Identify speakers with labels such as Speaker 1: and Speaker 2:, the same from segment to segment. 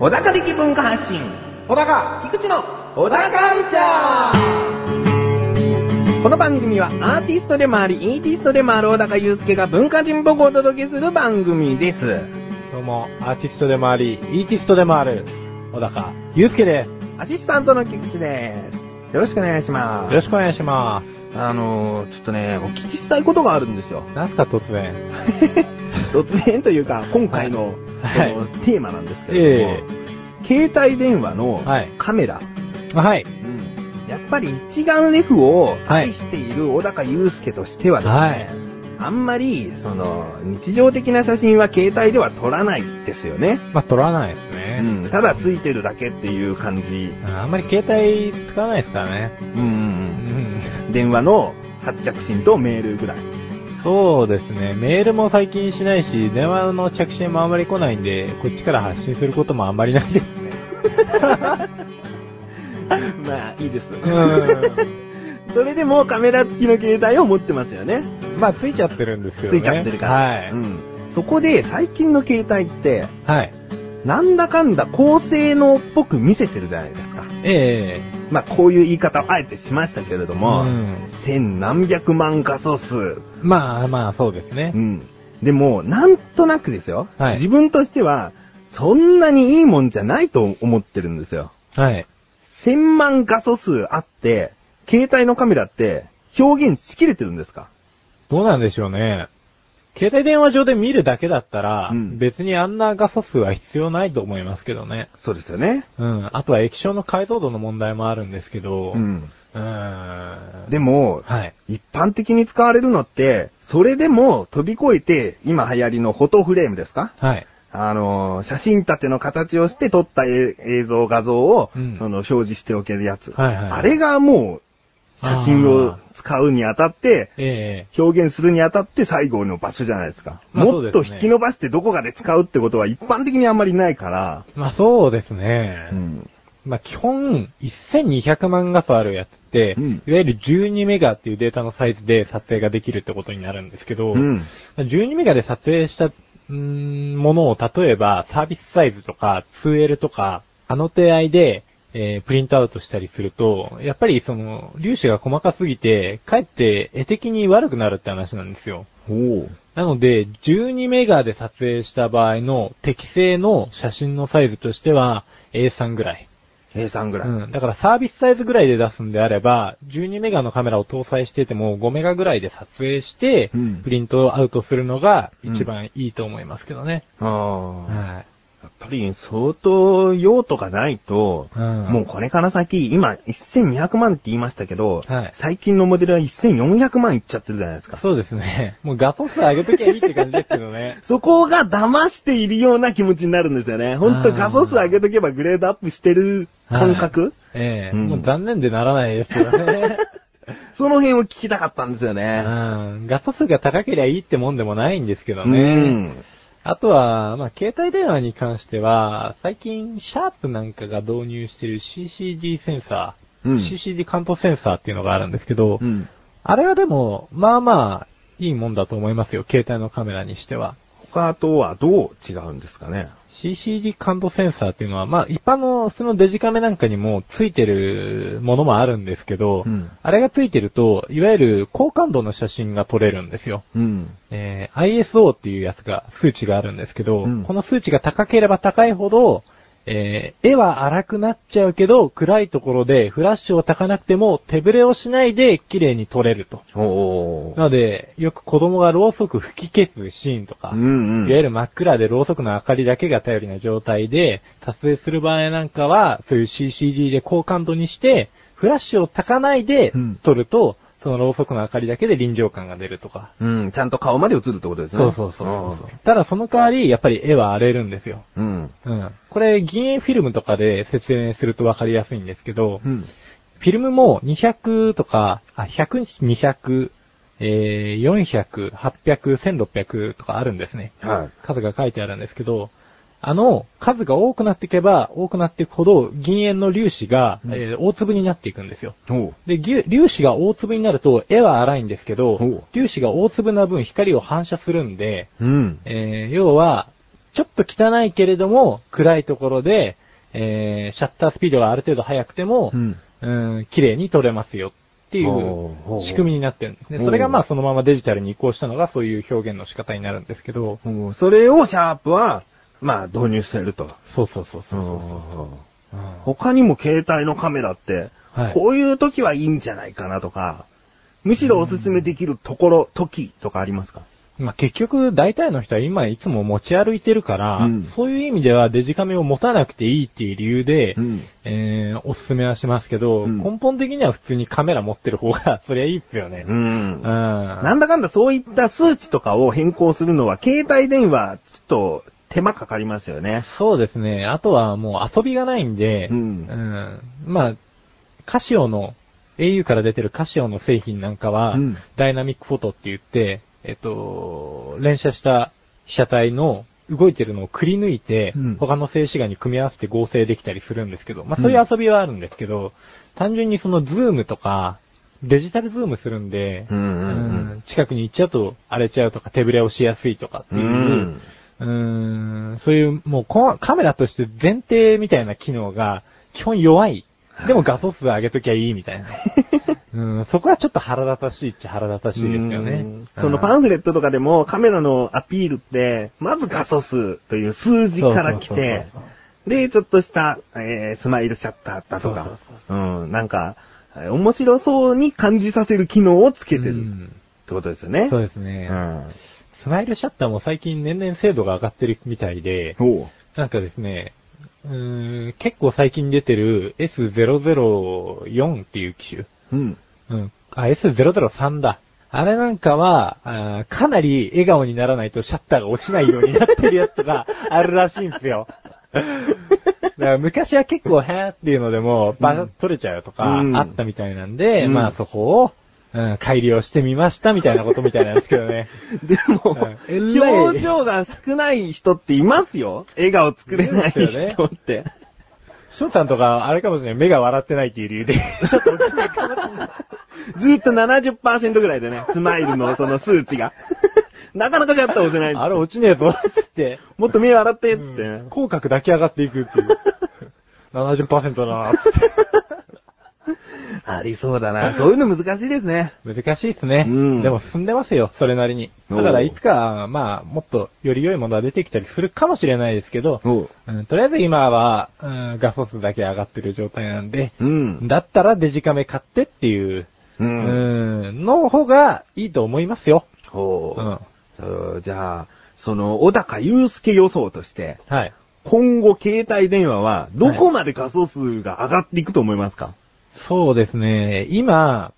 Speaker 1: 小高力文化発信
Speaker 2: 小高
Speaker 1: 菊池の小高カルチャーこの番組はアーティストでもあり、イーティストでもある小高祐介が文化人っぽくお届けする番組です。
Speaker 2: どうも、アーティストでもあり、イーティストでもある、小高祐介です。
Speaker 1: アシスタントの菊池です。よろしくお願いしま
Speaker 2: よ
Speaker 1: す。
Speaker 2: ろしくお願いします。
Speaker 1: あのー、ちょっとね、お聞きしたいことがあるん ですよ。
Speaker 2: なんすか突然。
Speaker 1: 突然というか、今回の,、
Speaker 2: はい
Speaker 1: そのテーマなんですけれども、
Speaker 2: え
Speaker 1: 携帯電話の
Speaker 2: はい
Speaker 1: カメラ、
Speaker 2: えはい。
Speaker 1: やっぱり一眼レフを
Speaker 2: はい
Speaker 1: 愛している小高祐介としてはですね、
Speaker 2: はい
Speaker 1: あんまり、その、日常的な写真は携帯では撮らないですよね。
Speaker 2: まあ、撮らないです
Speaker 1: う
Speaker 2: ね。
Speaker 1: ん、ただついてるだけっていう感じ。
Speaker 2: あんまり携帯使わないですからね。
Speaker 1: う、
Speaker 2: うんん。
Speaker 1: 電話の発着信とメールぐらい。
Speaker 2: そうですね。メールも最近しないし、電話の着信もあんまり来ないんで、こっちから発信することもあんまりないですね。
Speaker 1: まあ、いいです。
Speaker 2: うん。
Speaker 1: それでもカメラ付きの携帯を持ってますよね。
Speaker 2: まあ、ついちゃってるんですけど
Speaker 1: つ
Speaker 2: ね。
Speaker 1: いちゃってるから。
Speaker 2: はい。
Speaker 1: うん。そこで最近の携帯って、
Speaker 2: はい。
Speaker 1: なんだかんだ高性能っぽく見せてるじゃないですか。
Speaker 2: ええ
Speaker 1: まあ、こういう言い方をあえてしましたけれども、
Speaker 2: うん
Speaker 1: 千何百万画素数。
Speaker 2: まあまあ、そうですね
Speaker 1: う。ん。でも、なんとなくですよ。
Speaker 2: はい
Speaker 1: 自分としては、そんなにいいもんじゃないと思ってるんですよ。
Speaker 2: はい。
Speaker 1: 千万画素数あって、携帯のカメラって表現しきれてるんですか
Speaker 2: どうなんでしょうね。携帯電話上で見るだけだったら、
Speaker 1: うん
Speaker 2: 別にあんな画素数は必要ないと思いますけどね。
Speaker 1: そうですよね。
Speaker 2: うん。あとは液晶の解像度の問題もあるんですけど、
Speaker 1: う。ん。
Speaker 2: うーん。
Speaker 1: でも、
Speaker 2: はい。
Speaker 1: 一般的に使われるのって、それでも飛び越えて、今流行りのフォトフレームですか
Speaker 2: はい。
Speaker 1: あのー、写真立ての形をして撮ったえ映像、画像を、
Speaker 2: うん
Speaker 1: その表示しておけるやつ。
Speaker 2: はいはい
Speaker 1: あれがもう、写真を使うにあたって、
Speaker 2: ええ
Speaker 1: 表現するにあたって最後の場所じゃないですか。
Speaker 2: まあ
Speaker 1: もっ
Speaker 2: そ
Speaker 1: と
Speaker 2: うですね
Speaker 1: 引き伸ばしてどこかで使うってことは一般的にあんまりないから、
Speaker 2: まあそうですね。
Speaker 1: うん
Speaker 2: まあ基本、1200万画素あるやつって、
Speaker 1: うん
Speaker 2: いわゆる12メガっていうデータのサイズで撮影ができるってことになるんですけど、
Speaker 1: うん
Speaker 2: 12メガで撮影した、うーんものを例えばサービスサイズとか 2L とか、あの手合いで、えープリントアウトしたりすると、やっぱりその、粒子が細かすぎて、かえって絵的に悪くなるって話なんですよ。
Speaker 1: おう
Speaker 2: なので、12メガで撮影した場合の適正の写真のサイズとしては A3 ぐらい。
Speaker 1: 計算ぐらい。
Speaker 2: うん。だからサービスサイズぐらいで出すんであれば、12メガのカメラを搭載してても5メガぐらいで撮影して
Speaker 1: うん、
Speaker 2: プリントアウトするのが一番いいと思いますけどね。
Speaker 1: ああ、
Speaker 2: はい。
Speaker 1: やっぱり相当用途がないと、
Speaker 2: うん
Speaker 1: もうこれから先、今1200万って言いましたけど、
Speaker 2: はい
Speaker 1: 最近のモデルは1400万いっちゃってるじゃないですか。。
Speaker 2: そうですね。 もう画素数上げときゃいいって感じですけどね
Speaker 1: そこが騙しているような気持ちになるんですよね。ほんと
Speaker 2: あー
Speaker 1: 画素数上げとけばグレードアップしてる感覚、
Speaker 2: ええ
Speaker 1: うん
Speaker 2: もう残念でならないですけど ね。
Speaker 1: その辺を聞きたかったんですよ
Speaker 2: う
Speaker 1: ね。
Speaker 2: ん。画素数が高けりゃいいってもんでもないんですけど
Speaker 1: う
Speaker 2: ね。
Speaker 1: ん。
Speaker 2: あとは、まあ、携帯電話に関しては、最近、シャープなんかが導入してる CCD センサー、
Speaker 1: うん
Speaker 2: CCD 感度センサーっていうのがあるんですけど、
Speaker 1: うん。
Speaker 2: あれはでも、まあまあ、いいもんだと思いますよ、携帯のカメラにしては。
Speaker 1: 他とはどう違うんですかね。
Speaker 2: CCD 感度センサーっていうのは、まあ、一般の普通のデジカメなんかにもついてるものもあるんですけど、
Speaker 1: うん
Speaker 2: あれがついてると、いわゆる高感度の写真が撮れるんですよ。
Speaker 1: うん。
Speaker 2: えー ISO っていうやつが、数値があるんですけど、
Speaker 1: うん
Speaker 2: この数値が高ければ高いほど、えー絵は荒くなっちゃうけど、暗いところでフラッシュを焚かなくても手ブレをしないで綺麗に撮れると。
Speaker 1: おー。
Speaker 2: なので、よく子供がろうそく吹き消すシーンとか、
Speaker 1: うんうん。
Speaker 2: いわゆる真っ暗でろうそくの明かりだけが頼りな状態で、撮影する場合なんかは、そういう CCD で高感度にして、フラッシュを焚かないで
Speaker 1: うん
Speaker 2: 撮ると、そのろうそくの明かりだけで臨場感が出るとか。
Speaker 1: うん。ちゃんと顔まで映るってことですね。
Speaker 2: そうそうそうそう。ただその代わり、やっぱり絵は荒れるんですよ。
Speaker 1: うん。うん。
Speaker 2: うん。これ、銀影フィルムとかで説明するとわかりやすいんですけど、
Speaker 1: うん。
Speaker 2: フィルムも200とか、あ、100、200、えー、400、800、1600とかあるんですね。
Speaker 1: はい。
Speaker 2: 数が書いてあるんですけど、あの、数が多くなっていけば、多くなっていくほど、銀塩の粒子が、
Speaker 1: うん
Speaker 2: えー大粒になっていくんですよ。
Speaker 1: ほ
Speaker 2: で、ぎゅ粒子が大粒になると、絵は荒いんですけど
Speaker 1: ほう、
Speaker 2: 粒子が大粒な分光を反射するんで、
Speaker 1: う。うん。
Speaker 2: えー要は、ちょっと汚いけれども、暗いところで、えーシャッタースピードがある程度速くても、
Speaker 1: うん。
Speaker 2: うん、綺麗に撮れますよってい
Speaker 1: お
Speaker 2: う
Speaker 1: ーおー
Speaker 2: 仕組みになってるんですね。
Speaker 1: おー
Speaker 2: それがまあそのままデジタルに移行したのがそういう表現の仕方になるんですけど、
Speaker 1: ほうそれをシャープは、まあ導入してると。
Speaker 2: そうそうそうそうそう
Speaker 1: 他
Speaker 2: そう、うん
Speaker 1: にも携帯のカメラって、
Speaker 2: はい
Speaker 1: こういう時はいいんじゃないかなとか、むしろおすすめできるところ、時とかありますか
Speaker 2: まあ結局大体の人は今いつも持ち歩いてるから、
Speaker 1: うん
Speaker 2: そういう意味ではデジカメを持たなくていいっていう理由で、
Speaker 1: ん。
Speaker 2: えー、おすすめはしますけど、
Speaker 1: うん
Speaker 2: 根本的には普通にカメラ持ってる方がそりゃいいっすよね。
Speaker 1: う
Speaker 2: うん
Speaker 1: ん。な
Speaker 2: なん
Speaker 1: だかんだそういった数値とかを変更するのは、携帯電話、ちょっと手間かかりますよね。
Speaker 2: そうですね。あとはもう遊びがないんで、
Speaker 1: うん
Speaker 2: うんまあ、カシオの、au から出てるカシオの製品なんかは、
Speaker 1: うん
Speaker 2: ダイナミックフォトって言って、えっと、連写した被写体の動いてるのをくり抜いて、
Speaker 1: うん
Speaker 2: 他の静止画に組み合わせて合成できたりするんですけど、まあそういう遊びはあるんですけど、単純にそのズームとか、デジタルズームするんで、
Speaker 1: うんうんうん
Speaker 2: うん近くに行っちゃうと荒れちゃうとか手ぶれをしやすいとかっていう、
Speaker 1: うん
Speaker 2: うーんそういう、もうこカメラとして前提みたいな機能が、基本弱い。でも画素数上げときゃいいみ たいな。うん、そこはちょっと腹立たしいっちゃ腹立たしいですよ
Speaker 1: う
Speaker 2: ね
Speaker 1: ん。そのパンフレットとかでもカメラのアピールって、まず画素数という数字から来て
Speaker 2: そうそうそう、
Speaker 1: で、ちょっとした、えースマイルシャッターだと
Speaker 2: そう
Speaker 1: か
Speaker 2: そう、
Speaker 1: うん、なんか、えー面白そうに感じさせる機能をつけて
Speaker 2: う
Speaker 1: るっ
Speaker 2: ん
Speaker 1: てことですよね。
Speaker 2: そう
Speaker 1: う
Speaker 2: ですね、
Speaker 1: ん。
Speaker 2: スマイルシャッターも最近年々精度が上がってるみたいで、
Speaker 1: おう。
Speaker 2: なんかですね、うーん結構最近出てる S004 っていう機種。
Speaker 1: うん。
Speaker 2: うん。あ、S003 だ。あれなんかは、あーかなり笑顔にならないとシャッターが落ちないようになってるやつ があるらしいんですよ。だから昔は結構、へーっていうのでも、バカ取れちゃうよとか、
Speaker 1: うん
Speaker 2: あったみたいなんで、
Speaker 1: うん
Speaker 2: まあそこを、うん、改良してみましたみたいなことみたいなんですけど ね。
Speaker 1: でも、
Speaker 2: うんえらい
Speaker 1: 表情が少ない人っていますよ。笑顔作れない人
Speaker 2: いますよね
Speaker 1: って。
Speaker 2: 翔さんとか、あれかもしれない。目が笑ってないっていう理由で、シャッター 落ちないかもしれない。
Speaker 1: ずっと70%ぐらいでね、スマイルのその数値が。 なかなかシャッター押せないんです
Speaker 2: あれ落ちねえぞ、つって。
Speaker 1: もっと目笑って、つって
Speaker 2: うん
Speaker 1: ね。
Speaker 2: 口角だけ上がっていくって いう。70%だなーって。
Speaker 1: ありそうだな。そういうの難しいですね。
Speaker 2: 難しいですね。
Speaker 1: うん
Speaker 2: でも進んでますよ、それなりに。だからいつか、まあ、もっとより良いものが出てきたりするかもしれないですけど、
Speaker 1: おう。
Speaker 2: うんとりあえず今は、うん画素数だけ上がってる状態なんで、
Speaker 1: うん。
Speaker 2: だったらデジカメ買ってっていう、
Speaker 1: う。
Speaker 2: うんんの方がいいと思いますよ。
Speaker 1: ほう
Speaker 2: うん
Speaker 1: そう。じゃあ、その、小高祐介予想として、
Speaker 2: はい。
Speaker 1: 今後携帯電話は、どこまで画素数が上がっていくと思いますか、
Speaker 2: そうですね。今、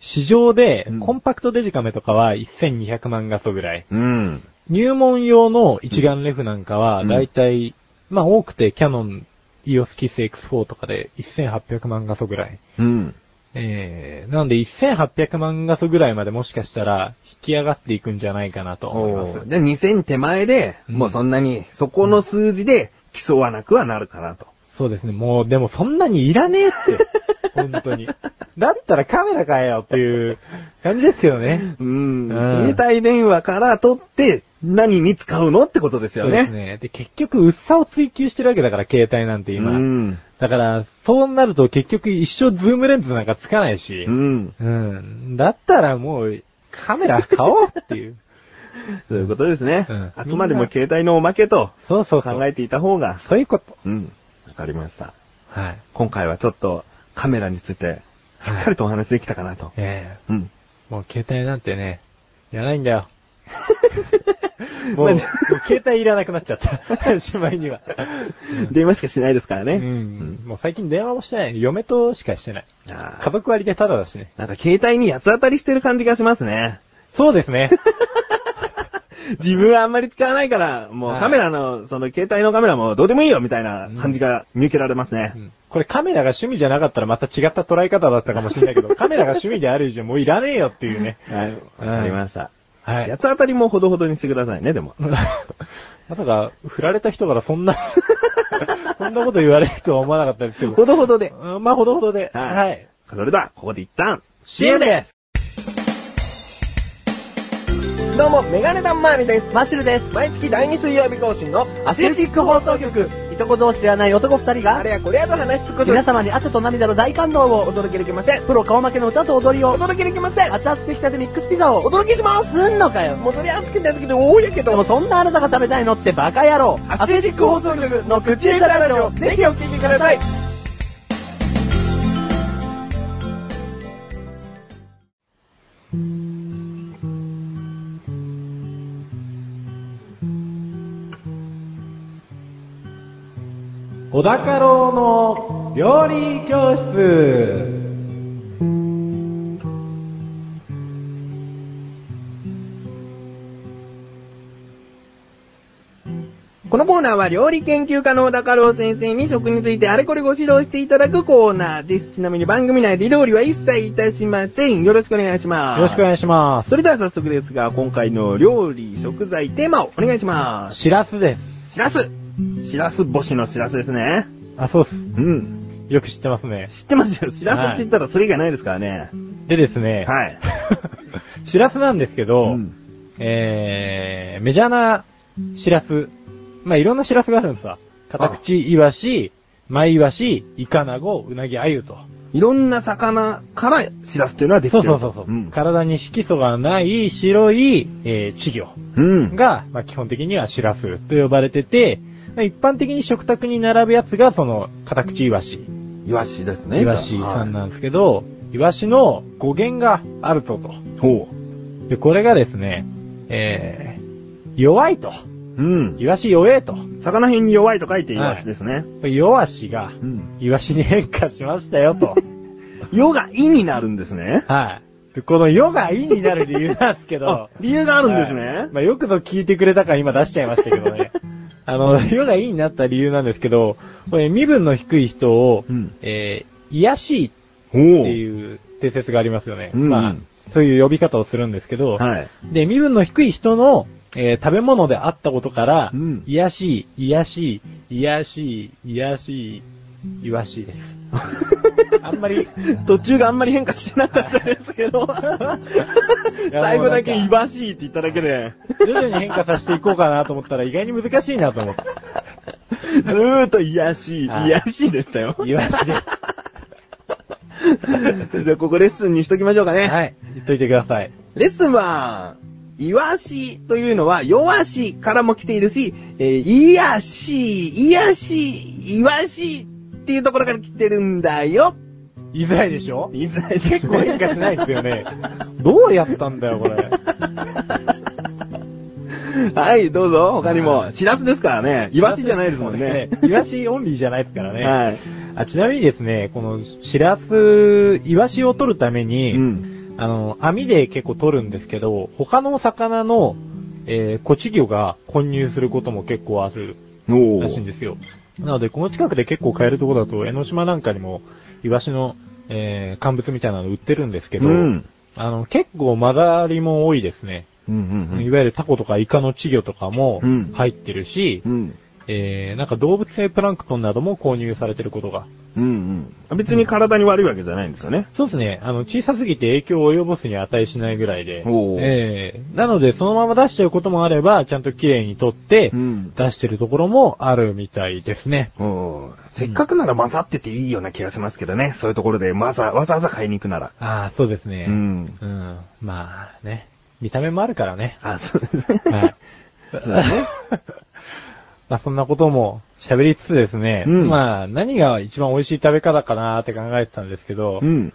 Speaker 2: 市場で
Speaker 1: うん、
Speaker 2: コンパクトデジカメとかは1200万画素ぐらい。
Speaker 1: うん。
Speaker 2: 入門用の一眼レフなんかは、
Speaker 1: うん
Speaker 2: だいたい、まあ多くてキャノン EOS キス X4 とかで1800万画素ぐらい。
Speaker 1: うん。
Speaker 2: えー、なんで1800万画素ぐらいまでもしかしたら引き上がっていくんじゃないかなと思いま
Speaker 1: おう
Speaker 2: す。
Speaker 1: じゃあ2000手前で、
Speaker 2: うん
Speaker 1: もうそんなに、そこの数字で競わなくはなるかなと。
Speaker 2: そうですね。もう、でもそんなにいらねえ って。本当に。だったらカメラ買えよっていう感じですけどね。
Speaker 1: うん
Speaker 2: うん
Speaker 1: 携帯電話から取って、何に使うのってことですよ
Speaker 2: そうで
Speaker 1: ね。
Speaker 2: すね。で、結局、薄さを追求してるわけだから、携帯なんて今。
Speaker 1: うん。
Speaker 2: だから、そうなると結局一生ズームレンズなんかつかないし。
Speaker 1: うん。
Speaker 2: うん。だったらもう、カメラ買おうっていう。
Speaker 1: そういうことですね。
Speaker 2: うん
Speaker 1: あくまでも携帯のおまけと
Speaker 2: そうそうそう。
Speaker 1: 考えていた方が。
Speaker 2: そういうこと。
Speaker 1: うん。わかりました。
Speaker 2: はい。
Speaker 1: 今回はちょっとカメラについて、しっかりとお話できたかなと。
Speaker 2: ええ
Speaker 1: うん。
Speaker 2: もう携帯なんてね、いらないんだ よ。もう、
Speaker 1: ま
Speaker 2: もう携帯いらなくなっちゃった。 しまいには。
Speaker 1: 電話しかしないですからね。
Speaker 2: うん。うんもう最近電話もしてない。嫁としかしてない。
Speaker 1: うんあ
Speaker 2: 家
Speaker 1: ー
Speaker 2: 族割でタダだしね。
Speaker 1: なんか携帯に八つ当たりしてる感じがしますね。
Speaker 2: そうですね。
Speaker 1: 自分はあんまり使わないから、も
Speaker 2: は
Speaker 1: う
Speaker 2: い
Speaker 1: カメラの、その携帯のカメラもどうでもいいよみたいな感じが見受けられますね
Speaker 2: う。んこれカメラが趣味じゃなかったらまた違った捉え方だったかもしれないけ ど、カメラが趣味である以上もういらねえよっていうね。
Speaker 1: はい。わかりました。
Speaker 2: はい
Speaker 1: 八。つ当たりもほどほどにしてくださいね、でも。
Speaker 2: まさか、振られた人からそんな、 そんなこと言われるとは思わなかったですけど。
Speaker 1: ほどほどで。
Speaker 2: うんまあ、ほどほどで。
Speaker 1: はい
Speaker 2: はい。
Speaker 1: それでは、ここで一旦、
Speaker 2: CM です
Speaker 1: どうも、メガネタンマーニです。マッシュルです。毎月第2水曜日更新のア
Speaker 3: ア
Speaker 1: スレ
Speaker 3: スレ
Speaker 1: テ
Speaker 3: テ
Speaker 1: ィ
Speaker 3: ィ
Speaker 1: ッ
Speaker 3: ッ
Speaker 1: ク
Speaker 3: ク
Speaker 1: 放
Speaker 3: 放
Speaker 1: 送
Speaker 3: 送
Speaker 1: 局
Speaker 3: 局、いとこ同士ではない男二人
Speaker 1: あ
Speaker 3: が、
Speaker 1: れやこれやと話しつくと
Speaker 3: 皆様に汗と涙の大感動
Speaker 1: お
Speaker 3: を、
Speaker 1: 届けできません。
Speaker 3: プロ顔負けの歌と踊り
Speaker 1: お
Speaker 3: を、
Speaker 1: 届けできません。
Speaker 3: 熱々できたてミックスピザ
Speaker 1: お
Speaker 3: を、
Speaker 1: 届けします。
Speaker 3: すんのかよ。
Speaker 1: もうそれ熱くて熱くて多いやけ
Speaker 3: でも
Speaker 1: ど、
Speaker 3: そんなあなたが食べたいのってバカ野郎。
Speaker 1: アスレティック放送局の口下手ラジオ、ぜひお聞きください。
Speaker 2: 小高郎の料理教室
Speaker 1: このコーナーは料理研究家の小高郎先生に食についてあれこれご指導していただくコーナーです。ちなみに番組内で料理は一切いたしません。よろしくお願いします。
Speaker 2: よろしくお願いします。
Speaker 1: それでは早速ですが、今回の料理、食材、テーマをお願いします。
Speaker 2: しらすです。
Speaker 1: しらす。しらす干しのしらすですね。
Speaker 2: あ、そうっす。
Speaker 1: うん。
Speaker 2: よく知ってますね。
Speaker 1: 知ってますよ。しらすって言ったらそれ以外ないですからね。
Speaker 2: でですね、
Speaker 1: はい。
Speaker 2: しらすなんですけ
Speaker 1: う
Speaker 2: ど、
Speaker 1: ん
Speaker 2: えー、メジャーなシラス。まあ、いろんなシラスがあるんですわ。カタクチイワシ、マイワシ、イカナゴ、ウナギ、アユと。
Speaker 1: いろんな魚からしらすというのはできて
Speaker 2: そう
Speaker 1: る
Speaker 2: そ
Speaker 1: と
Speaker 2: うそうそう、
Speaker 1: ん。
Speaker 2: 体に色素がない白い、えー、稚魚
Speaker 1: うん。
Speaker 2: が、まあ、基本的にはシラスと呼ばれてて、まあ、一般的に食卓に並ぶやつが、その、カタクチイワシ、
Speaker 1: イワシですね。
Speaker 2: イワシさん
Speaker 1: は
Speaker 2: なんですけど、イワシの語源があるぞと。
Speaker 1: いほ
Speaker 2: で、これがですね、えー、弱いと。
Speaker 1: う。うん。
Speaker 2: イワシ弱えと。
Speaker 1: 魚辺に弱いと書いてイワシですね。
Speaker 2: 弱しが、
Speaker 1: うん。
Speaker 2: イワシに変化しましたよ と。
Speaker 1: 世が意になるんですね。
Speaker 2: はい。でこの世が意になる理由なんですけど。
Speaker 1: 理由があるんですね。
Speaker 2: はいまあよくぞ聞いてくれたから今出しちゃいましたけど ね。あの、世が意になった理由なんですけど、これ身分の低い人を、
Speaker 1: うん
Speaker 2: えー、癒やしいっ
Speaker 1: ほ
Speaker 2: ていう定説がありますよね。
Speaker 1: うんうん
Speaker 2: まあ、そういう呼び方をするんですけど、
Speaker 1: はい。
Speaker 2: で、身分の低い人の、えー食べ物であったことから、
Speaker 1: うん
Speaker 2: 癒やしい、癒やしい、癒やしい、癒やしい、癒やしいです。 あんまり、
Speaker 1: 途中があんまり変化してなかったですけど、最後だけ いわしいって言っただけで、
Speaker 2: 徐々に変化させていこうかなと思ったら意外に難しいなと 思って。
Speaker 1: ずーっといやしい、い
Speaker 2: はい
Speaker 1: やしいでしたよ。
Speaker 2: イワシで。
Speaker 1: じゃあここレッスンにしときましょうかね。
Speaker 2: はい。言っといてください。
Speaker 1: レッスンは、いわしというのは、弱しからも来ているし、えー、いやしい、いやしい、いわしっていうところから来てるんだよ。
Speaker 2: 言いづらいでしょ
Speaker 1: いずれ
Speaker 2: 結構変化しないですよね。 どうやったんだよ、これ。
Speaker 1: はい、どうぞ、他にも。しらすですからね。いわしじゃないですもんね。
Speaker 2: ね。イワシオンリーじ ゃないですからね。
Speaker 1: はい。
Speaker 2: あちなみにですね、この、シラス、イワシを取るために、
Speaker 1: うん。
Speaker 2: あの、網で結構取るんですけど、他の魚の、えー、コチ魚が混入することも結構ある
Speaker 1: お
Speaker 2: らしいんですよ。なので、この近くで結構買えるところだと、江ノ島なんかにも、イワシの、えー、乾物みたいなの売ってるんですけど、
Speaker 1: うん
Speaker 2: あの、結構混ざりも多いですね。
Speaker 1: うんうんうん
Speaker 2: いわゆるタコとかイカの稚魚とかも
Speaker 1: うん
Speaker 2: 入ってるし、
Speaker 1: うん。
Speaker 2: えー、なんか動物性プランクトンなども購入されてることが。
Speaker 1: うんうん。別に体に悪いわけじゃないんですよね。
Speaker 2: そうですね。あの、小さすぎて影響を及ぼすに値しないぐらいで。
Speaker 1: おー
Speaker 2: えーなので、そのまま出しちゃうこともあれば、ちゃんと綺麗に取って、
Speaker 1: ん。
Speaker 2: 出してるところもあるみたいですね。
Speaker 1: うんせっかくなら混ざってていいような気がしますけどね。そういうところでわざわざわざ買いに行くなら。
Speaker 2: ああ、そうですね。
Speaker 1: うん。。
Speaker 2: うん。まあね。見た目もあるからね
Speaker 1: あ、そうですね。
Speaker 2: はい。
Speaker 1: そうだね。
Speaker 2: まあそんなことも喋りつつですね。
Speaker 1: うん
Speaker 2: まあ何が一番美味しい食べ方かなーって考えてたんですけど、
Speaker 1: うん。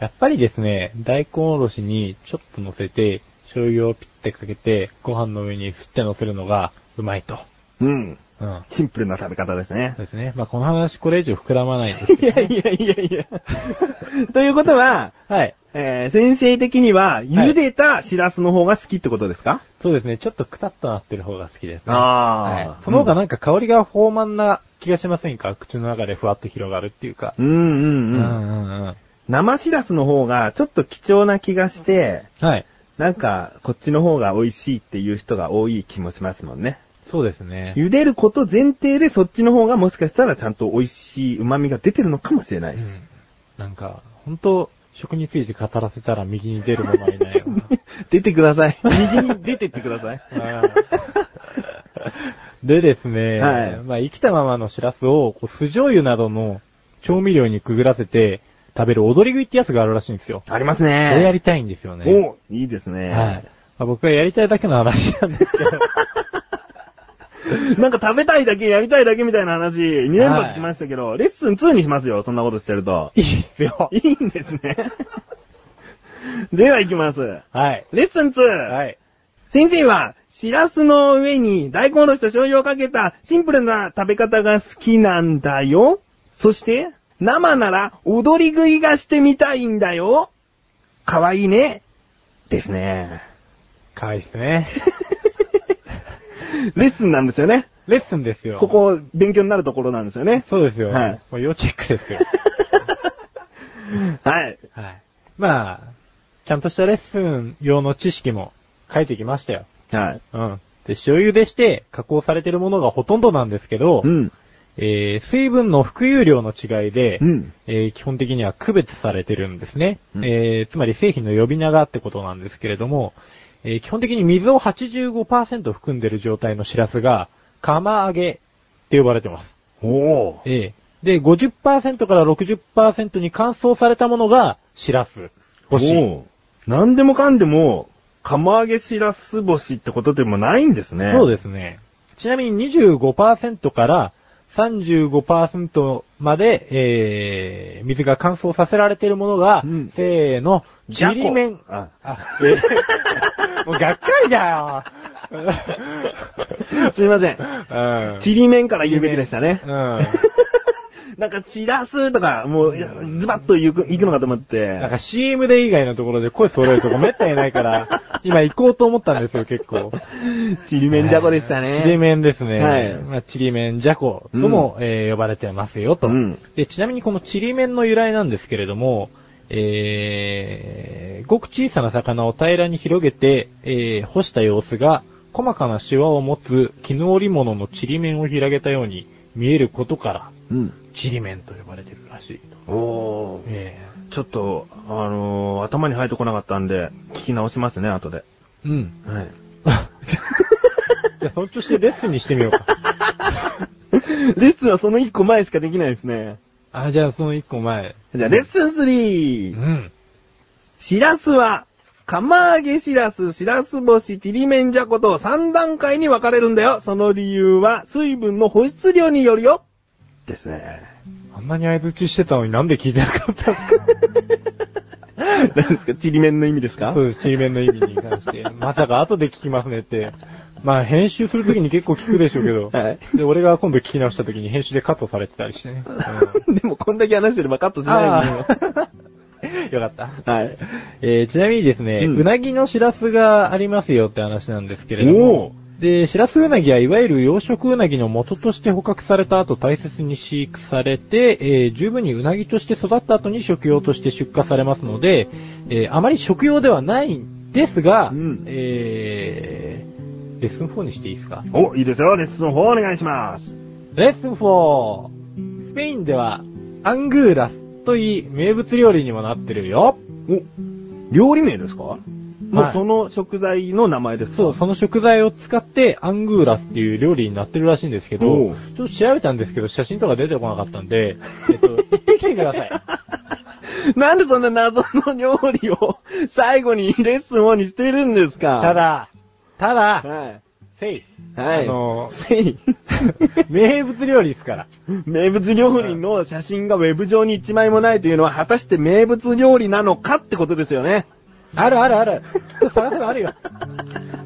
Speaker 2: やっぱりですね、大根おろしにちょっと乗せて、醤油をピッてかけて、ご飯の上にすって乗せるのがうまいと。
Speaker 1: うん。
Speaker 2: うん。
Speaker 1: シンプルな食べ方ですね
Speaker 2: そう。ですね。まあこの話これ以上膨らまないんですけ
Speaker 1: いや いやいやいや。ということは、
Speaker 2: ど。はい。
Speaker 1: えー先生的には、茹でたシラスの方が好きってことですか、
Speaker 2: そうですね。ちょっとくたっとなってる方が好きですね。
Speaker 1: あー
Speaker 2: はい。その方がなんか香りが豊満な気がしませんか口の中でふわっと広がるっていうか。
Speaker 1: うんうん
Speaker 2: う
Speaker 1: うん。
Speaker 2: んうん。
Speaker 1: 生シラスの方がちょっと貴重な気がして、
Speaker 2: はい。
Speaker 1: なんか、こっちの方が美味しいっていう人が多い気もしますもんね。
Speaker 2: そうですね。
Speaker 1: 茹でること前提でそっちの方がもしかしたらちゃんと美味しい旨味が出てるのかもしれないうです。
Speaker 2: ん。なんか、本当食について語らせたら右に出る者はいないよな。
Speaker 1: 出てください。右に出てってください。
Speaker 2: でですね、
Speaker 1: はい
Speaker 2: まあ生きたままのシラスをこう酢醤油などの調味料にくぐらせて食べる踊り食いってやつがあるらしいんですよ。
Speaker 1: あります
Speaker 2: それや
Speaker 1: ね。
Speaker 2: りたいんですよね。
Speaker 1: おいいですね。
Speaker 2: はい。まあ僕はやりたいだけの話なんですけど。
Speaker 1: なんか食べたいだけ、やりたいだけみたいな話、2連発しましたけど、レッスン2にしますよ、そんなことしてる と。
Speaker 2: いいですよ。
Speaker 1: いいんですね。 では行きます。
Speaker 2: はい。
Speaker 1: レッスン 2!
Speaker 2: はい。
Speaker 1: 先生は、シラスの上に大根おろしと醤油をかけたシンプルな食べ方が好きなんだよ。そして、生なら踊り食いがしてみたいんだよ。かわいいね。ですね。
Speaker 2: かわいいです ね。
Speaker 1: レッスンなんですよね。
Speaker 2: レッスンですよ。
Speaker 1: こ。こ、勉強になるところなんですよね。
Speaker 2: そうですよ。
Speaker 1: はい
Speaker 2: もう要チェックですよ。
Speaker 1: はい。
Speaker 2: はい。まあ、ちゃんとしたレッスン用の知識も書いてきましたよ。
Speaker 1: はい。
Speaker 2: うん。で、塩茹でして加工されてるものがほとんどなんですけど、
Speaker 1: うん。
Speaker 2: えー、水分の含有量の違いで、
Speaker 1: うん。
Speaker 2: えー基本的には区別されてるんですね。
Speaker 1: うん
Speaker 2: えー、つまり製品の呼び名がってことなんですけれども、えー基本的に水を85%含んでる状態のシラスが、釜揚げって呼ばれてます。
Speaker 1: おー。
Speaker 2: ええで、50%から60%に乾燥されたものが、シラス。干し。
Speaker 1: おー何でもかんでも、釜揚げしらす干しってことでもないんですね。
Speaker 2: そう
Speaker 1: で
Speaker 2: ですね。ちなみに25%から35%まで、えー、水が乾燥させられているものが、
Speaker 1: うん
Speaker 2: せーの、
Speaker 1: じゃこ
Speaker 2: ちりめん。
Speaker 1: あ
Speaker 2: あ、えー もうがっかりだよ。
Speaker 1: すいません。
Speaker 2: うん。
Speaker 1: ちりめんから 言うべきでしたね。
Speaker 2: うん。
Speaker 1: なんか、ちらすとか、もう、いやズバッと行く、行くのかと思っ
Speaker 2: なん
Speaker 1: て。
Speaker 2: か CM で以外のところで声揃えるとこめったにないから、今行こうと思ったんですよ、結構。
Speaker 1: ちりめんじゃこでしたね。
Speaker 2: ちりめんですね。
Speaker 1: はい
Speaker 2: まあ、ちりめんじゃことも、えー呼ばれてますよと、
Speaker 1: うん
Speaker 2: で。ちなみにこのちりめんの由来なんですけれども、えー、ごく小さな魚を平らに広げて、えー干した様子が、細かなシワを持つ絹織物のちりめんを広げたように見えることから、
Speaker 1: うん。
Speaker 2: ちりめんと呼ばれてるらしいと。
Speaker 1: おー。
Speaker 2: え
Speaker 1: ちょっと、あのー、頭に入ってこなかったんで、聞き直しますね、後で。
Speaker 2: ーうん。
Speaker 1: はい。
Speaker 2: じゃあ、その調子でレッスンにしてみようか。
Speaker 1: レッスンはその1個前しかできないですね。
Speaker 2: あ、じゃあ、その一個前。
Speaker 1: じゃあ、レッスン
Speaker 2: う
Speaker 1: 3!
Speaker 2: ん。
Speaker 1: シラスは、釜揚げシラス、シラス干し、ちりめんじゃこと3段階に分かれるんだよ。その理由は、水分の保湿量によるよ。ですね。
Speaker 2: あんなに相づちしてたのになんで聞いてなかったんですか
Speaker 1: 何ですかちりめんの意味ですか
Speaker 2: そうです、ちりめんの意味に関して。まさか後で聞きますねって。まあ編集するときに結構聞くでしょうけ ど。
Speaker 1: はい
Speaker 2: で、俺が今度聞き直したときに編集でカットされてたり してね。うん
Speaker 1: でも、こんだけ話してればカットしないん
Speaker 2: あ
Speaker 1: で。
Speaker 2: ー よかった。
Speaker 1: はい。
Speaker 2: えーちなみにですね、
Speaker 1: う
Speaker 2: うんなぎのシラスがありますよって話なんですけれど
Speaker 1: お
Speaker 2: も、で、シラスウナギはいわゆる養殖ウナギの元として捕獲された後大切に飼育されて、えー十分にウナギとして育った後に食用として出荷されますので、えーあまり食用ではないんですが、
Speaker 1: うん
Speaker 2: えーレッスン4にしていいですか
Speaker 1: お、いいですよ。レッスン4お願いします。
Speaker 2: レッスン 4! スペインではアングーラスといい名物料理にもなってるよ。
Speaker 1: お、料理名ですか、も
Speaker 2: は
Speaker 1: う
Speaker 2: い
Speaker 1: その食材の名前ですか
Speaker 2: そう、その食材を使ってアングーラスっていう料理になってるらしいんですけ
Speaker 1: おう
Speaker 2: ど、ちょっと調べたんですけど、写真とか出てこなかったんで、え っと、来てください。
Speaker 1: なんでそんな謎の料理を最後にレッスン4にしてるんですか
Speaker 2: た。だ、ただ、
Speaker 1: は
Speaker 2: せい、
Speaker 1: い。はい。
Speaker 2: あの
Speaker 1: せい。
Speaker 2: 名物料理ですから。
Speaker 1: 名物料理の写真がウェブ上に一枚もないというのは果たして名物料理なのかってことですよね。
Speaker 2: あるあるある。きっと探せばあるよ。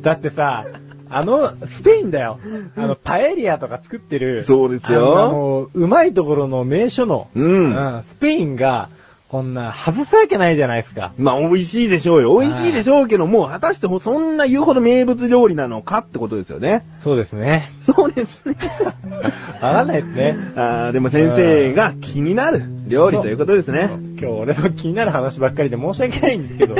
Speaker 2: だってさ、あの、スペインだよ。あの、パエリアとか作ってる。
Speaker 1: そうですよ
Speaker 2: あの、うまいところの名所の、
Speaker 1: うん
Speaker 2: うんスペインが、こんな、外すわけないじゃないですか。
Speaker 1: まあ、美味しいでしょうよ。美味しいでしょうけども、果たしてそんな言うほど名物料理なのかってことですよね。
Speaker 2: そうですね。
Speaker 1: そうです ね。
Speaker 2: わかんないですね。
Speaker 1: あーでも先生が気になる料理ということですね。
Speaker 2: 今日俺の気になる話ばっかりで申し訳ないんです けど、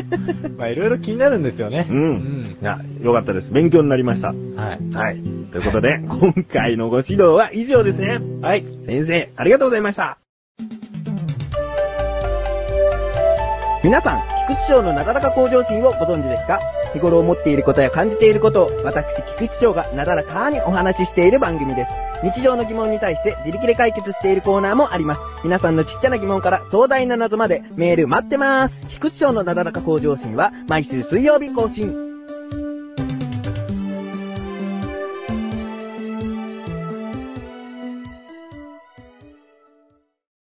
Speaker 2: まあいろいろ気になるんですよね。
Speaker 1: うん。いや、よかったです。勉強になりました。
Speaker 2: うんはい。
Speaker 1: はい。ということで、今回のご指導は以上ですね。
Speaker 2: はい。
Speaker 1: 先生、ありがとうございました。皆さん、
Speaker 3: 菊池師匠のなだらか向上心をご存知ですか日頃思っていることや感じていることを私、菊池師匠がなだらかにお話ししている番組です。日常の疑問に対して自力で解決しているコーナーもあります。皆さんのちっちゃな疑問から壮大な謎までメール待ってます。菊池師匠のなだらか向上心は毎週水曜日更新。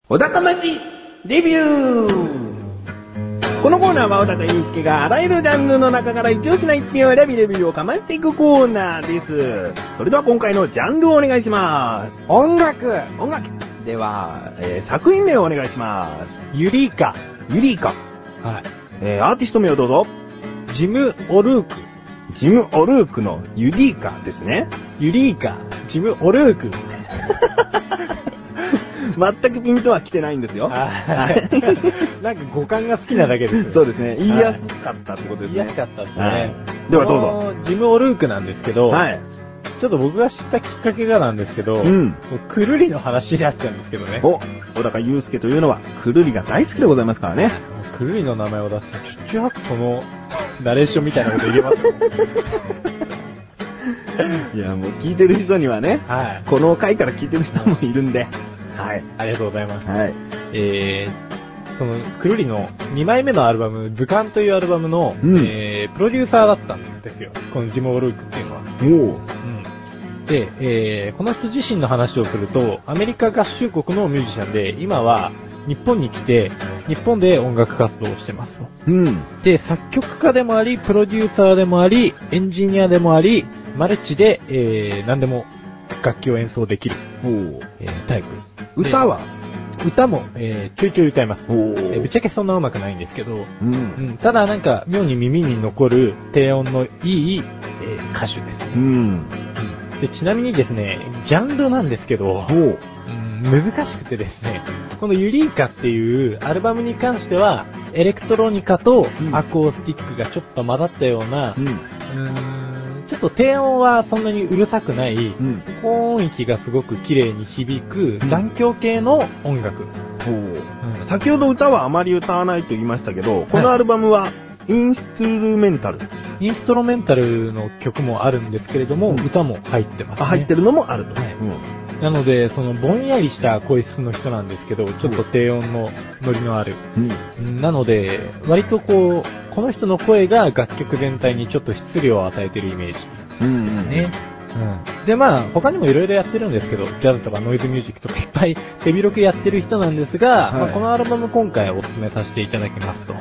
Speaker 1: 小高町レビューこのコーナーは小高祐介があらゆるジャンルの中から一押しな一品を選びレビューをかましていくコーナーです。それでは今回のジャンルをお願いします。
Speaker 2: 音楽
Speaker 1: 音楽では、えー作品名をお願いします。
Speaker 2: ユリイカ。
Speaker 1: ユリイカ。
Speaker 2: はい。
Speaker 1: えーアーティスト名をどうぞ。
Speaker 2: ジム・オルーク。
Speaker 1: ジム・オルークのユリイカです ね。
Speaker 2: ユリイカ。ジム・オルーク。
Speaker 1: 全くピンとは来てないんですよ。
Speaker 2: はいなんか五感が好きなだけです。
Speaker 1: そうですね。言いやすかったってことです
Speaker 2: 言い
Speaker 1: ね。
Speaker 2: やすかったですね。
Speaker 1: はいではどうぞ。
Speaker 2: ぞ。ジム・オルークなんですけど、
Speaker 1: はい。
Speaker 2: ちょっと僕が知ったきっかけがなんですけど、
Speaker 1: うん
Speaker 2: くるりの話になっちゃうんですけどね。
Speaker 1: お、小高祐介というのは、くるりが大好きでございますから ね。
Speaker 2: くるりの名前を出すと、ちょっちゅはくその、ナレーションみたいなこと入れますよ。
Speaker 1: いや、もう聞いてる人にはね、
Speaker 2: はい。
Speaker 1: この回から聞いてる人もいるんで。はい。
Speaker 2: ありがとうございます。
Speaker 1: はい。
Speaker 2: えー、その、くるりの2枚目のアルバム、図鑑というアルバムの、
Speaker 1: うん
Speaker 2: えー、プロデューサーだったんですよ。このジム・オルークっていうのは。
Speaker 1: もう、
Speaker 2: うんで、えーこの人自身の話をすると、アメリカ合衆国のミュージシャンで、今は日本に来て、日本で音楽活動をしてますと。
Speaker 1: うん。
Speaker 2: で、作曲家でもあり、プロデューサーでもあり、エンジニアでもあり、マルチで、えー何でも楽器を演奏できる、
Speaker 1: も
Speaker 2: えータイプ。
Speaker 1: う、
Speaker 2: で
Speaker 1: 歌は、
Speaker 2: 歌も、えーちょいちょい歌います。
Speaker 1: お
Speaker 2: えーぶっ
Speaker 1: ー。
Speaker 2: ちゃけそんな上手くないんですけど、
Speaker 1: う。
Speaker 2: うんん、ただなんか妙に耳に残る低音のいい、えー歌手ですね。
Speaker 1: うん。
Speaker 2: でちなみにですね、ジャンルなんですけど、
Speaker 1: もう、
Speaker 2: うん難しくてですね、このユリイカっていうアルバムに関しては、エレクトロニカと
Speaker 1: うん
Speaker 2: アコースティックがちょっと混ざったような、
Speaker 1: う。
Speaker 2: うんーんちょっと低音はそんなにうるさくない、
Speaker 1: うん。
Speaker 2: 高音域がすごく綺麗に響く
Speaker 1: ん
Speaker 2: 残響系の音楽。
Speaker 1: もう、
Speaker 2: うん
Speaker 1: 先ほど歌はあまり歌わないと言いましたけど、この
Speaker 2: はい
Speaker 1: アルバムは、インストゥルメンタル。
Speaker 2: インストロメンタルの曲もあるんですけれども、
Speaker 1: うん
Speaker 2: 歌も入ってます、
Speaker 1: あ
Speaker 2: ね。
Speaker 1: 入ってるのもあると。
Speaker 2: はい
Speaker 1: うん
Speaker 2: なので、そのぼんやりした声質の人なんですけど、ちょっと低音のノリのある。
Speaker 1: うん。
Speaker 2: なので、割とこう、この人の声が楽曲全体にちょっと質量を与えてるイメージ
Speaker 1: うん。うん。
Speaker 2: ね。うん。で、まあ、他にも色々やってるんですけど、ジャズとかノイズミュージックとかいっぱい手広くやってる人なんです
Speaker 1: は
Speaker 2: が、
Speaker 1: い
Speaker 2: まあこのアルバム今回お勧めさせていただきますと。
Speaker 1: うん。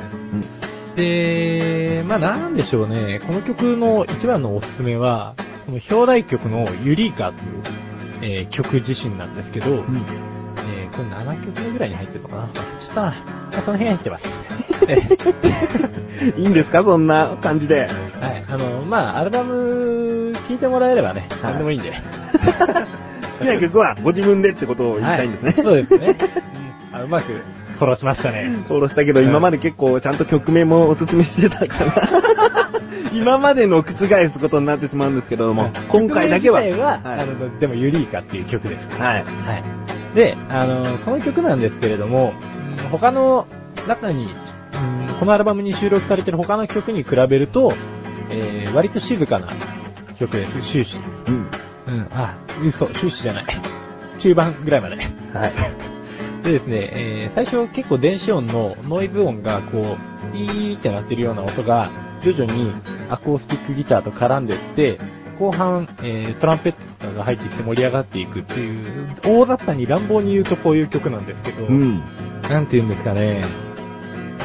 Speaker 2: で、まあなんでしょうね、この曲の一番のおすすめは、この表題曲のユリーカという、えー曲自身なんですけど、
Speaker 1: うん。
Speaker 2: えーこれ7曲目ぐらいに入ってるのかなちょっと、まあその辺に入っ てます。えー
Speaker 1: いいんですかそんな感じで。
Speaker 2: はい。あの、まあアルバム聴いてもらえればね、
Speaker 1: い
Speaker 2: 何でもいいんで。
Speaker 1: 好きな曲はご自分でってことを言いたいんですね。
Speaker 2: はいそうですね。うんあうまく殺しましたね。
Speaker 1: フォローしたけど、今まで結構ちゃんと曲名もおすすめしてたから。 今までの覆すことになってし まうんですけども、今回だけは。
Speaker 2: 曲名自体は、
Speaker 1: はい
Speaker 2: あの、でもユリーカっていう曲ですから。
Speaker 1: はい。
Speaker 2: はい。で、あの、この曲なんですけれども、うん他の中に、うんこのアルバムに収録されてる他の曲に比べると、えー割と静かな曲です。終始。
Speaker 1: うん。
Speaker 2: うん、あ、嘘、終始じゃない。中盤ぐらいまで。
Speaker 1: はい。
Speaker 2: でですね、えー最初結構電子音のノイズ音がこう、ピーってなってるような音が、徐々にアコースティックギターと絡んでって、後半、えートランペットが入ってきて盛り上がっていくっていう、大雑把に乱暴に言うとこういう曲なんですけど、
Speaker 1: うん。
Speaker 2: なんて言うんですかね、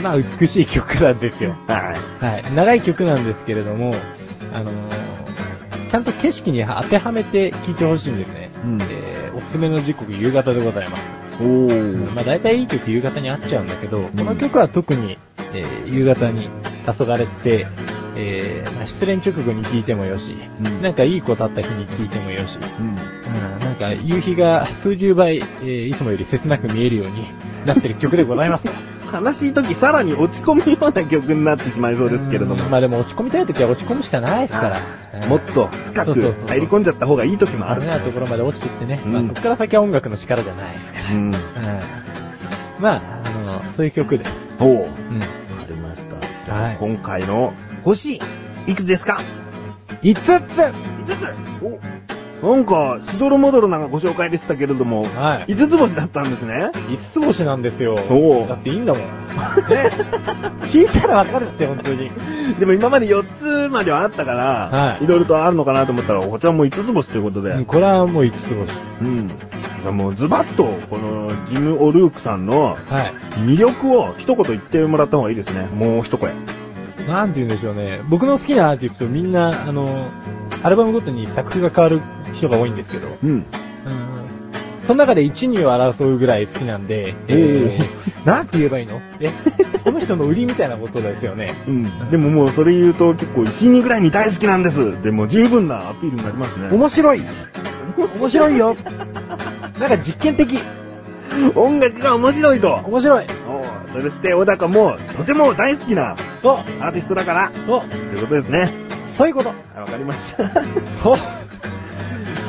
Speaker 2: まあ美しい曲なんですよ。
Speaker 1: はい。
Speaker 2: はい。長い曲なんですけれども、あのーちゃんと景色に当てはめて聴いてほしいんですね。
Speaker 1: うん
Speaker 2: えーおすすめの時刻夕方でございます。
Speaker 3: お
Speaker 2: ま
Speaker 3: ー。
Speaker 2: あ大体いい曲夕方に合っちゃうんだけど、この曲は特に、えー夕方に黄昏って、えーまあ失恋直後に聴いてもよし、
Speaker 3: うん
Speaker 2: なんかいい子だった日に聴いてもよし、
Speaker 3: うん。
Speaker 2: うん、なんか夕日が数十倍、えーいつもより切なく見えるよう になってる曲でございます。
Speaker 1: 悲しい時さらに落ち込むような曲になってしまいそうですけれど
Speaker 2: うん
Speaker 1: も。
Speaker 2: まあでも落ち込みたい時は落ち込むしかないですから。うん
Speaker 1: もっと深
Speaker 2: そうそうそう
Speaker 1: く
Speaker 2: そう
Speaker 1: 入り込んじゃった方がいい時もあ
Speaker 2: ダ
Speaker 1: る
Speaker 2: メ。なところまで落ちてってね。
Speaker 1: うん
Speaker 2: まあそこから先は音楽の力じゃないですか
Speaker 1: うん。
Speaker 2: ら。うんまあ、あの、そういう曲です。
Speaker 1: おう。
Speaker 2: うん。
Speaker 1: わかりました。
Speaker 2: はい
Speaker 1: 今回の星、いくつですか
Speaker 2: 5つ
Speaker 1: ?5 つおなんか、しどろもどろなご紹介でしたけれども、
Speaker 2: はい。
Speaker 1: 5つ星だったんですね。
Speaker 2: 五つ星なんですよ。
Speaker 1: おう
Speaker 2: だっていいんだもん。ね。聞いたらわかるって、本当に。
Speaker 1: でも今まで4つまではあったから、
Speaker 2: はい
Speaker 1: いろいろとあるのかなと思ったら、こちらも5つ星ということで。
Speaker 2: うんこれはもう五つ星。
Speaker 1: うん。もうズバッと、この、ジム・オルークさんの
Speaker 2: はい。
Speaker 1: 魅力を一言言ってもらった方がいいですね。もう一声。
Speaker 2: なんて言うんでしょうね。僕の好きなアーティストみんな、あの、アルバムごとに作風が変わる人が多いんですけど、
Speaker 1: うん。
Speaker 2: うん、その中で1、2を争うぐらい好きなんで、
Speaker 1: おー
Speaker 2: ー、なんて言えばいいのえ、この人の売りみたいなことですよね。
Speaker 1: うん。でももうそれ言うと結構1、2ぐらいに大好きなんです。でも十分なアピールになりますね。
Speaker 2: 面白い面白い よなんか実験的
Speaker 1: 音楽が面白いと。
Speaker 2: 面白い
Speaker 1: そして小高もとても大好きな
Speaker 2: そう
Speaker 1: アーティストだから、
Speaker 2: そう
Speaker 1: ということですね。
Speaker 2: そういうこと
Speaker 1: はいわかりま した。
Speaker 2: そう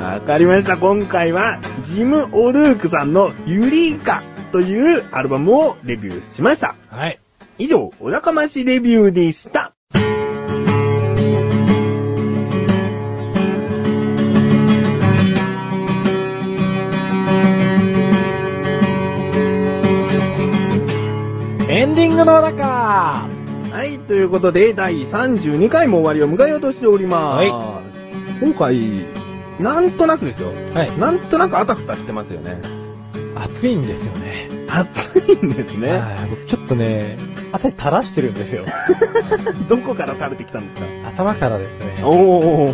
Speaker 1: わかりました。今回は、ジム・オルークさんのユリーカというアルバムをレビューしました。
Speaker 2: はい。
Speaker 1: 以上、お仲間しレビューでした。
Speaker 2: エンディングの中
Speaker 1: はい、ということで、第32回も終わりを迎えようとしております。
Speaker 2: は
Speaker 1: 今回、なんとなくですよ。
Speaker 2: はい。
Speaker 1: なんとなくあたふたしてますよね。
Speaker 2: 暑いんですよね。
Speaker 1: 暑いんですね。
Speaker 2: はい僕ちょっとね、汗垂らしてるん ですよ。
Speaker 1: どこから食べてきたんですか
Speaker 2: 頭からですね。
Speaker 1: おー。
Speaker 2: は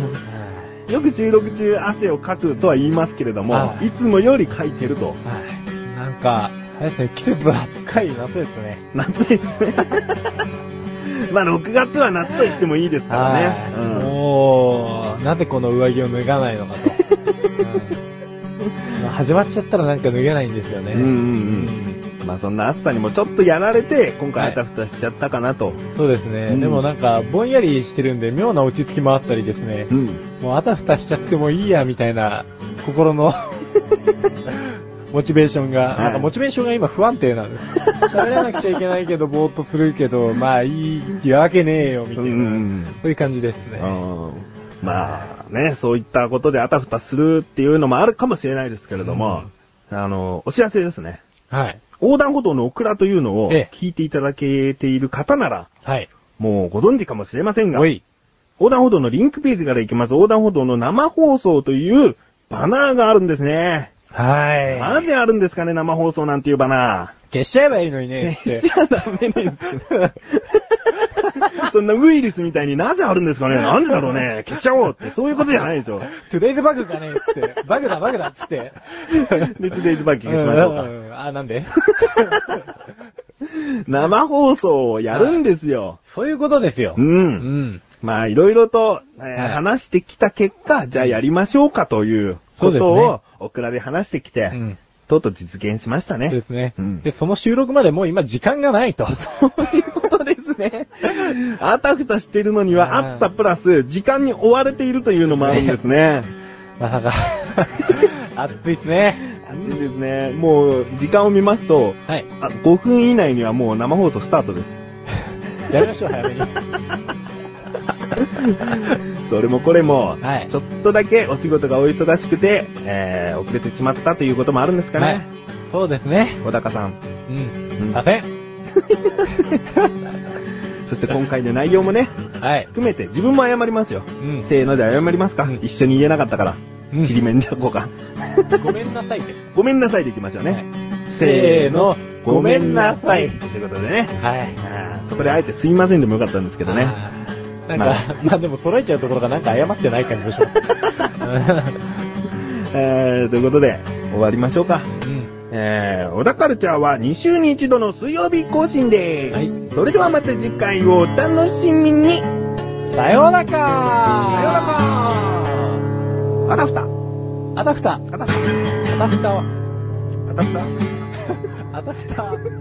Speaker 1: よく収録中汗をかくとは言いますけれども
Speaker 2: は、い
Speaker 1: いつもよりかいてると。
Speaker 2: いはい。なんか、あれですね、季節は深い夏ですね。
Speaker 1: 夏ですね。 まあ、6月は夏と言ってもいいですからね。
Speaker 2: はい
Speaker 1: うん
Speaker 2: もう、なぜこの上着を脱がないのかと。うんまあ 始まっちゃったらなんか脱げないんですよね。
Speaker 1: うんうんうん。まあ、そんな暑さにもちょっとやられて、今回あたふたしちゃったかなと。
Speaker 2: そうですね、
Speaker 1: うん
Speaker 2: でもなんか、ぼんやりしてるんで、妙な落ち着きもあったりですね
Speaker 1: う。ん。
Speaker 2: もう、あたふたしちゃってもいいや、みたいな、心の、モチベーションが、
Speaker 1: はい
Speaker 2: なんかモチベーションが今不安定なんです。喋らなくちゃいけないけど、ぼーっとするけど、まあいいってわけねえよ、みた
Speaker 1: う
Speaker 2: いな。
Speaker 1: んうん
Speaker 2: そういう感じですね。
Speaker 1: うん。まあ、ね、そういったことであたふたするっていうのもあるかもしれないですけれども、あの、お知らせですね。
Speaker 2: はい。
Speaker 1: 横断歩道のオクラというのを
Speaker 2: ええ
Speaker 1: 聞いていただけている方なら、
Speaker 2: はい。
Speaker 1: もうご存知かもしれませんが
Speaker 2: お、い。
Speaker 1: 横断歩道のリンクページから行きます。横断歩道の生放送というバナーがあるんですね。
Speaker 2: はい。
Speaker 1: なぜあるんですかね、生放送なんていうバ ナ
Speaker 2: 消しちゃえばいいのにねっ
Speaker 1: ー。
Speaker 2: て。
Speaker 1: じゃダメです。そんなウイルスみたいになぜあるんですかねなんでだろうね消しちゃおうって、そういうことじゃない ですよ。
Speaker 2: トゥデイズバグかねっつって。バグだバグだっ つって。
Speaker 1: で、トゥデイズバッキングしましょうか。
Speaker 2: んんあ、なんで
Speaker 1: 生放送をやるんですよ。
Speaker 2: そういうことですよ
Speaker 1: う。。
Speaker 2: うんん。
Speaker 1: まあ、いろいろと、えー
Speaker 2: はい
Speaker 1: 話してきた結果、じゃあやりましょうかという
Speaker 2: そ
Speaker 1: こ
Speaker 2: うです
Speaker 1: と
Speaker 2: ね
Speaker 1: を、オクラで話してきて、
Speaker 2: うん
Speaker 1: とうとう実現しました
Speaker 2: そうで
Speaker 1: ね。
Speaker 2: すね
Speaker 1: うん。
Speaker 2: で、その収録までもう今時間がないと。
Speaker 1: そういうことですね。あたふたしてるのには
Speaker 2: はい
Speaker 1: 暑さプラス時間に追われているというのもあるんですね。
Speaker 2: まさか。暑いっすね。
Speaker 1: 暑いですね。もう時間を見ますと、
Speaker 2: はい。
Speaker 1: あ5分以内にはもう生放送スタートです。
Speaker 2: やりましょう、早めに。
Speaker 1: それもこれも、
Speaker 2: はい
Speaker 1: ちょっとだけお仕事がお忙しくて、えー、遅れてしまったということもあるんですか
Speaker 2: は
Speaker 1: ね
Speaker 2: い。。そうですね。
Speaker 1: 小高さん。
Speaker 2: うん
Speaker 1: う。ん
Speaker 2: あせん。
Speaker 1: そして今回の内容もね、
Speaker 2: はい。
Speaker 1: 含めて自分も謝りますよ。
Speaker 2: うん。
Speaker 1: せーので謝りますか、
Speaker 2: うん
Speaker 1: 一緒に言えなかったから。
Speaker 2: うん
Speaker 1: ちりめんじゃこか。
Speaker 2: ごめんなさいね。
Speaker 1: ごめんなさいでいきますよね。
Speaker 2: はい
Speaker 1: せーの、ご
Speaker 2: ご
Speaker 1: め
Speaker 2: め
Speaker 1: ん
Speaker 2: ん
Speaker 1: な
Speaker 2: な
Speaker 1: さ
Speaker 2: さ
Speaker 1: い。
Speaker 2: い
Speaker 1: ということでね。
Speaker 2: はい。
Speaker 1: あーそこであえてすいませんでもよかったんですけどね。
Speaker 2: あーなんか、まあでも揃えちゃうところがなんか謝ってない感じでし ょ。
Speaker 1: えー、ということで、終わりましょうか。
Speaker 2: うん。
Speaker 1: えー、小田カルチャーは2週に1度の水曜日更新です。
Speaker 2: はい
Speaker 1: それではまた次回をお楽しみに。さよ
Speaker 2: さようなら
Speaker 1: うならあたふた。
Speaker 2: あたふた。
Speaker 1: あたふた。
Speaker 2: あたふたは、
Speaker 1: あたふた。
Speaker 2: あたふた。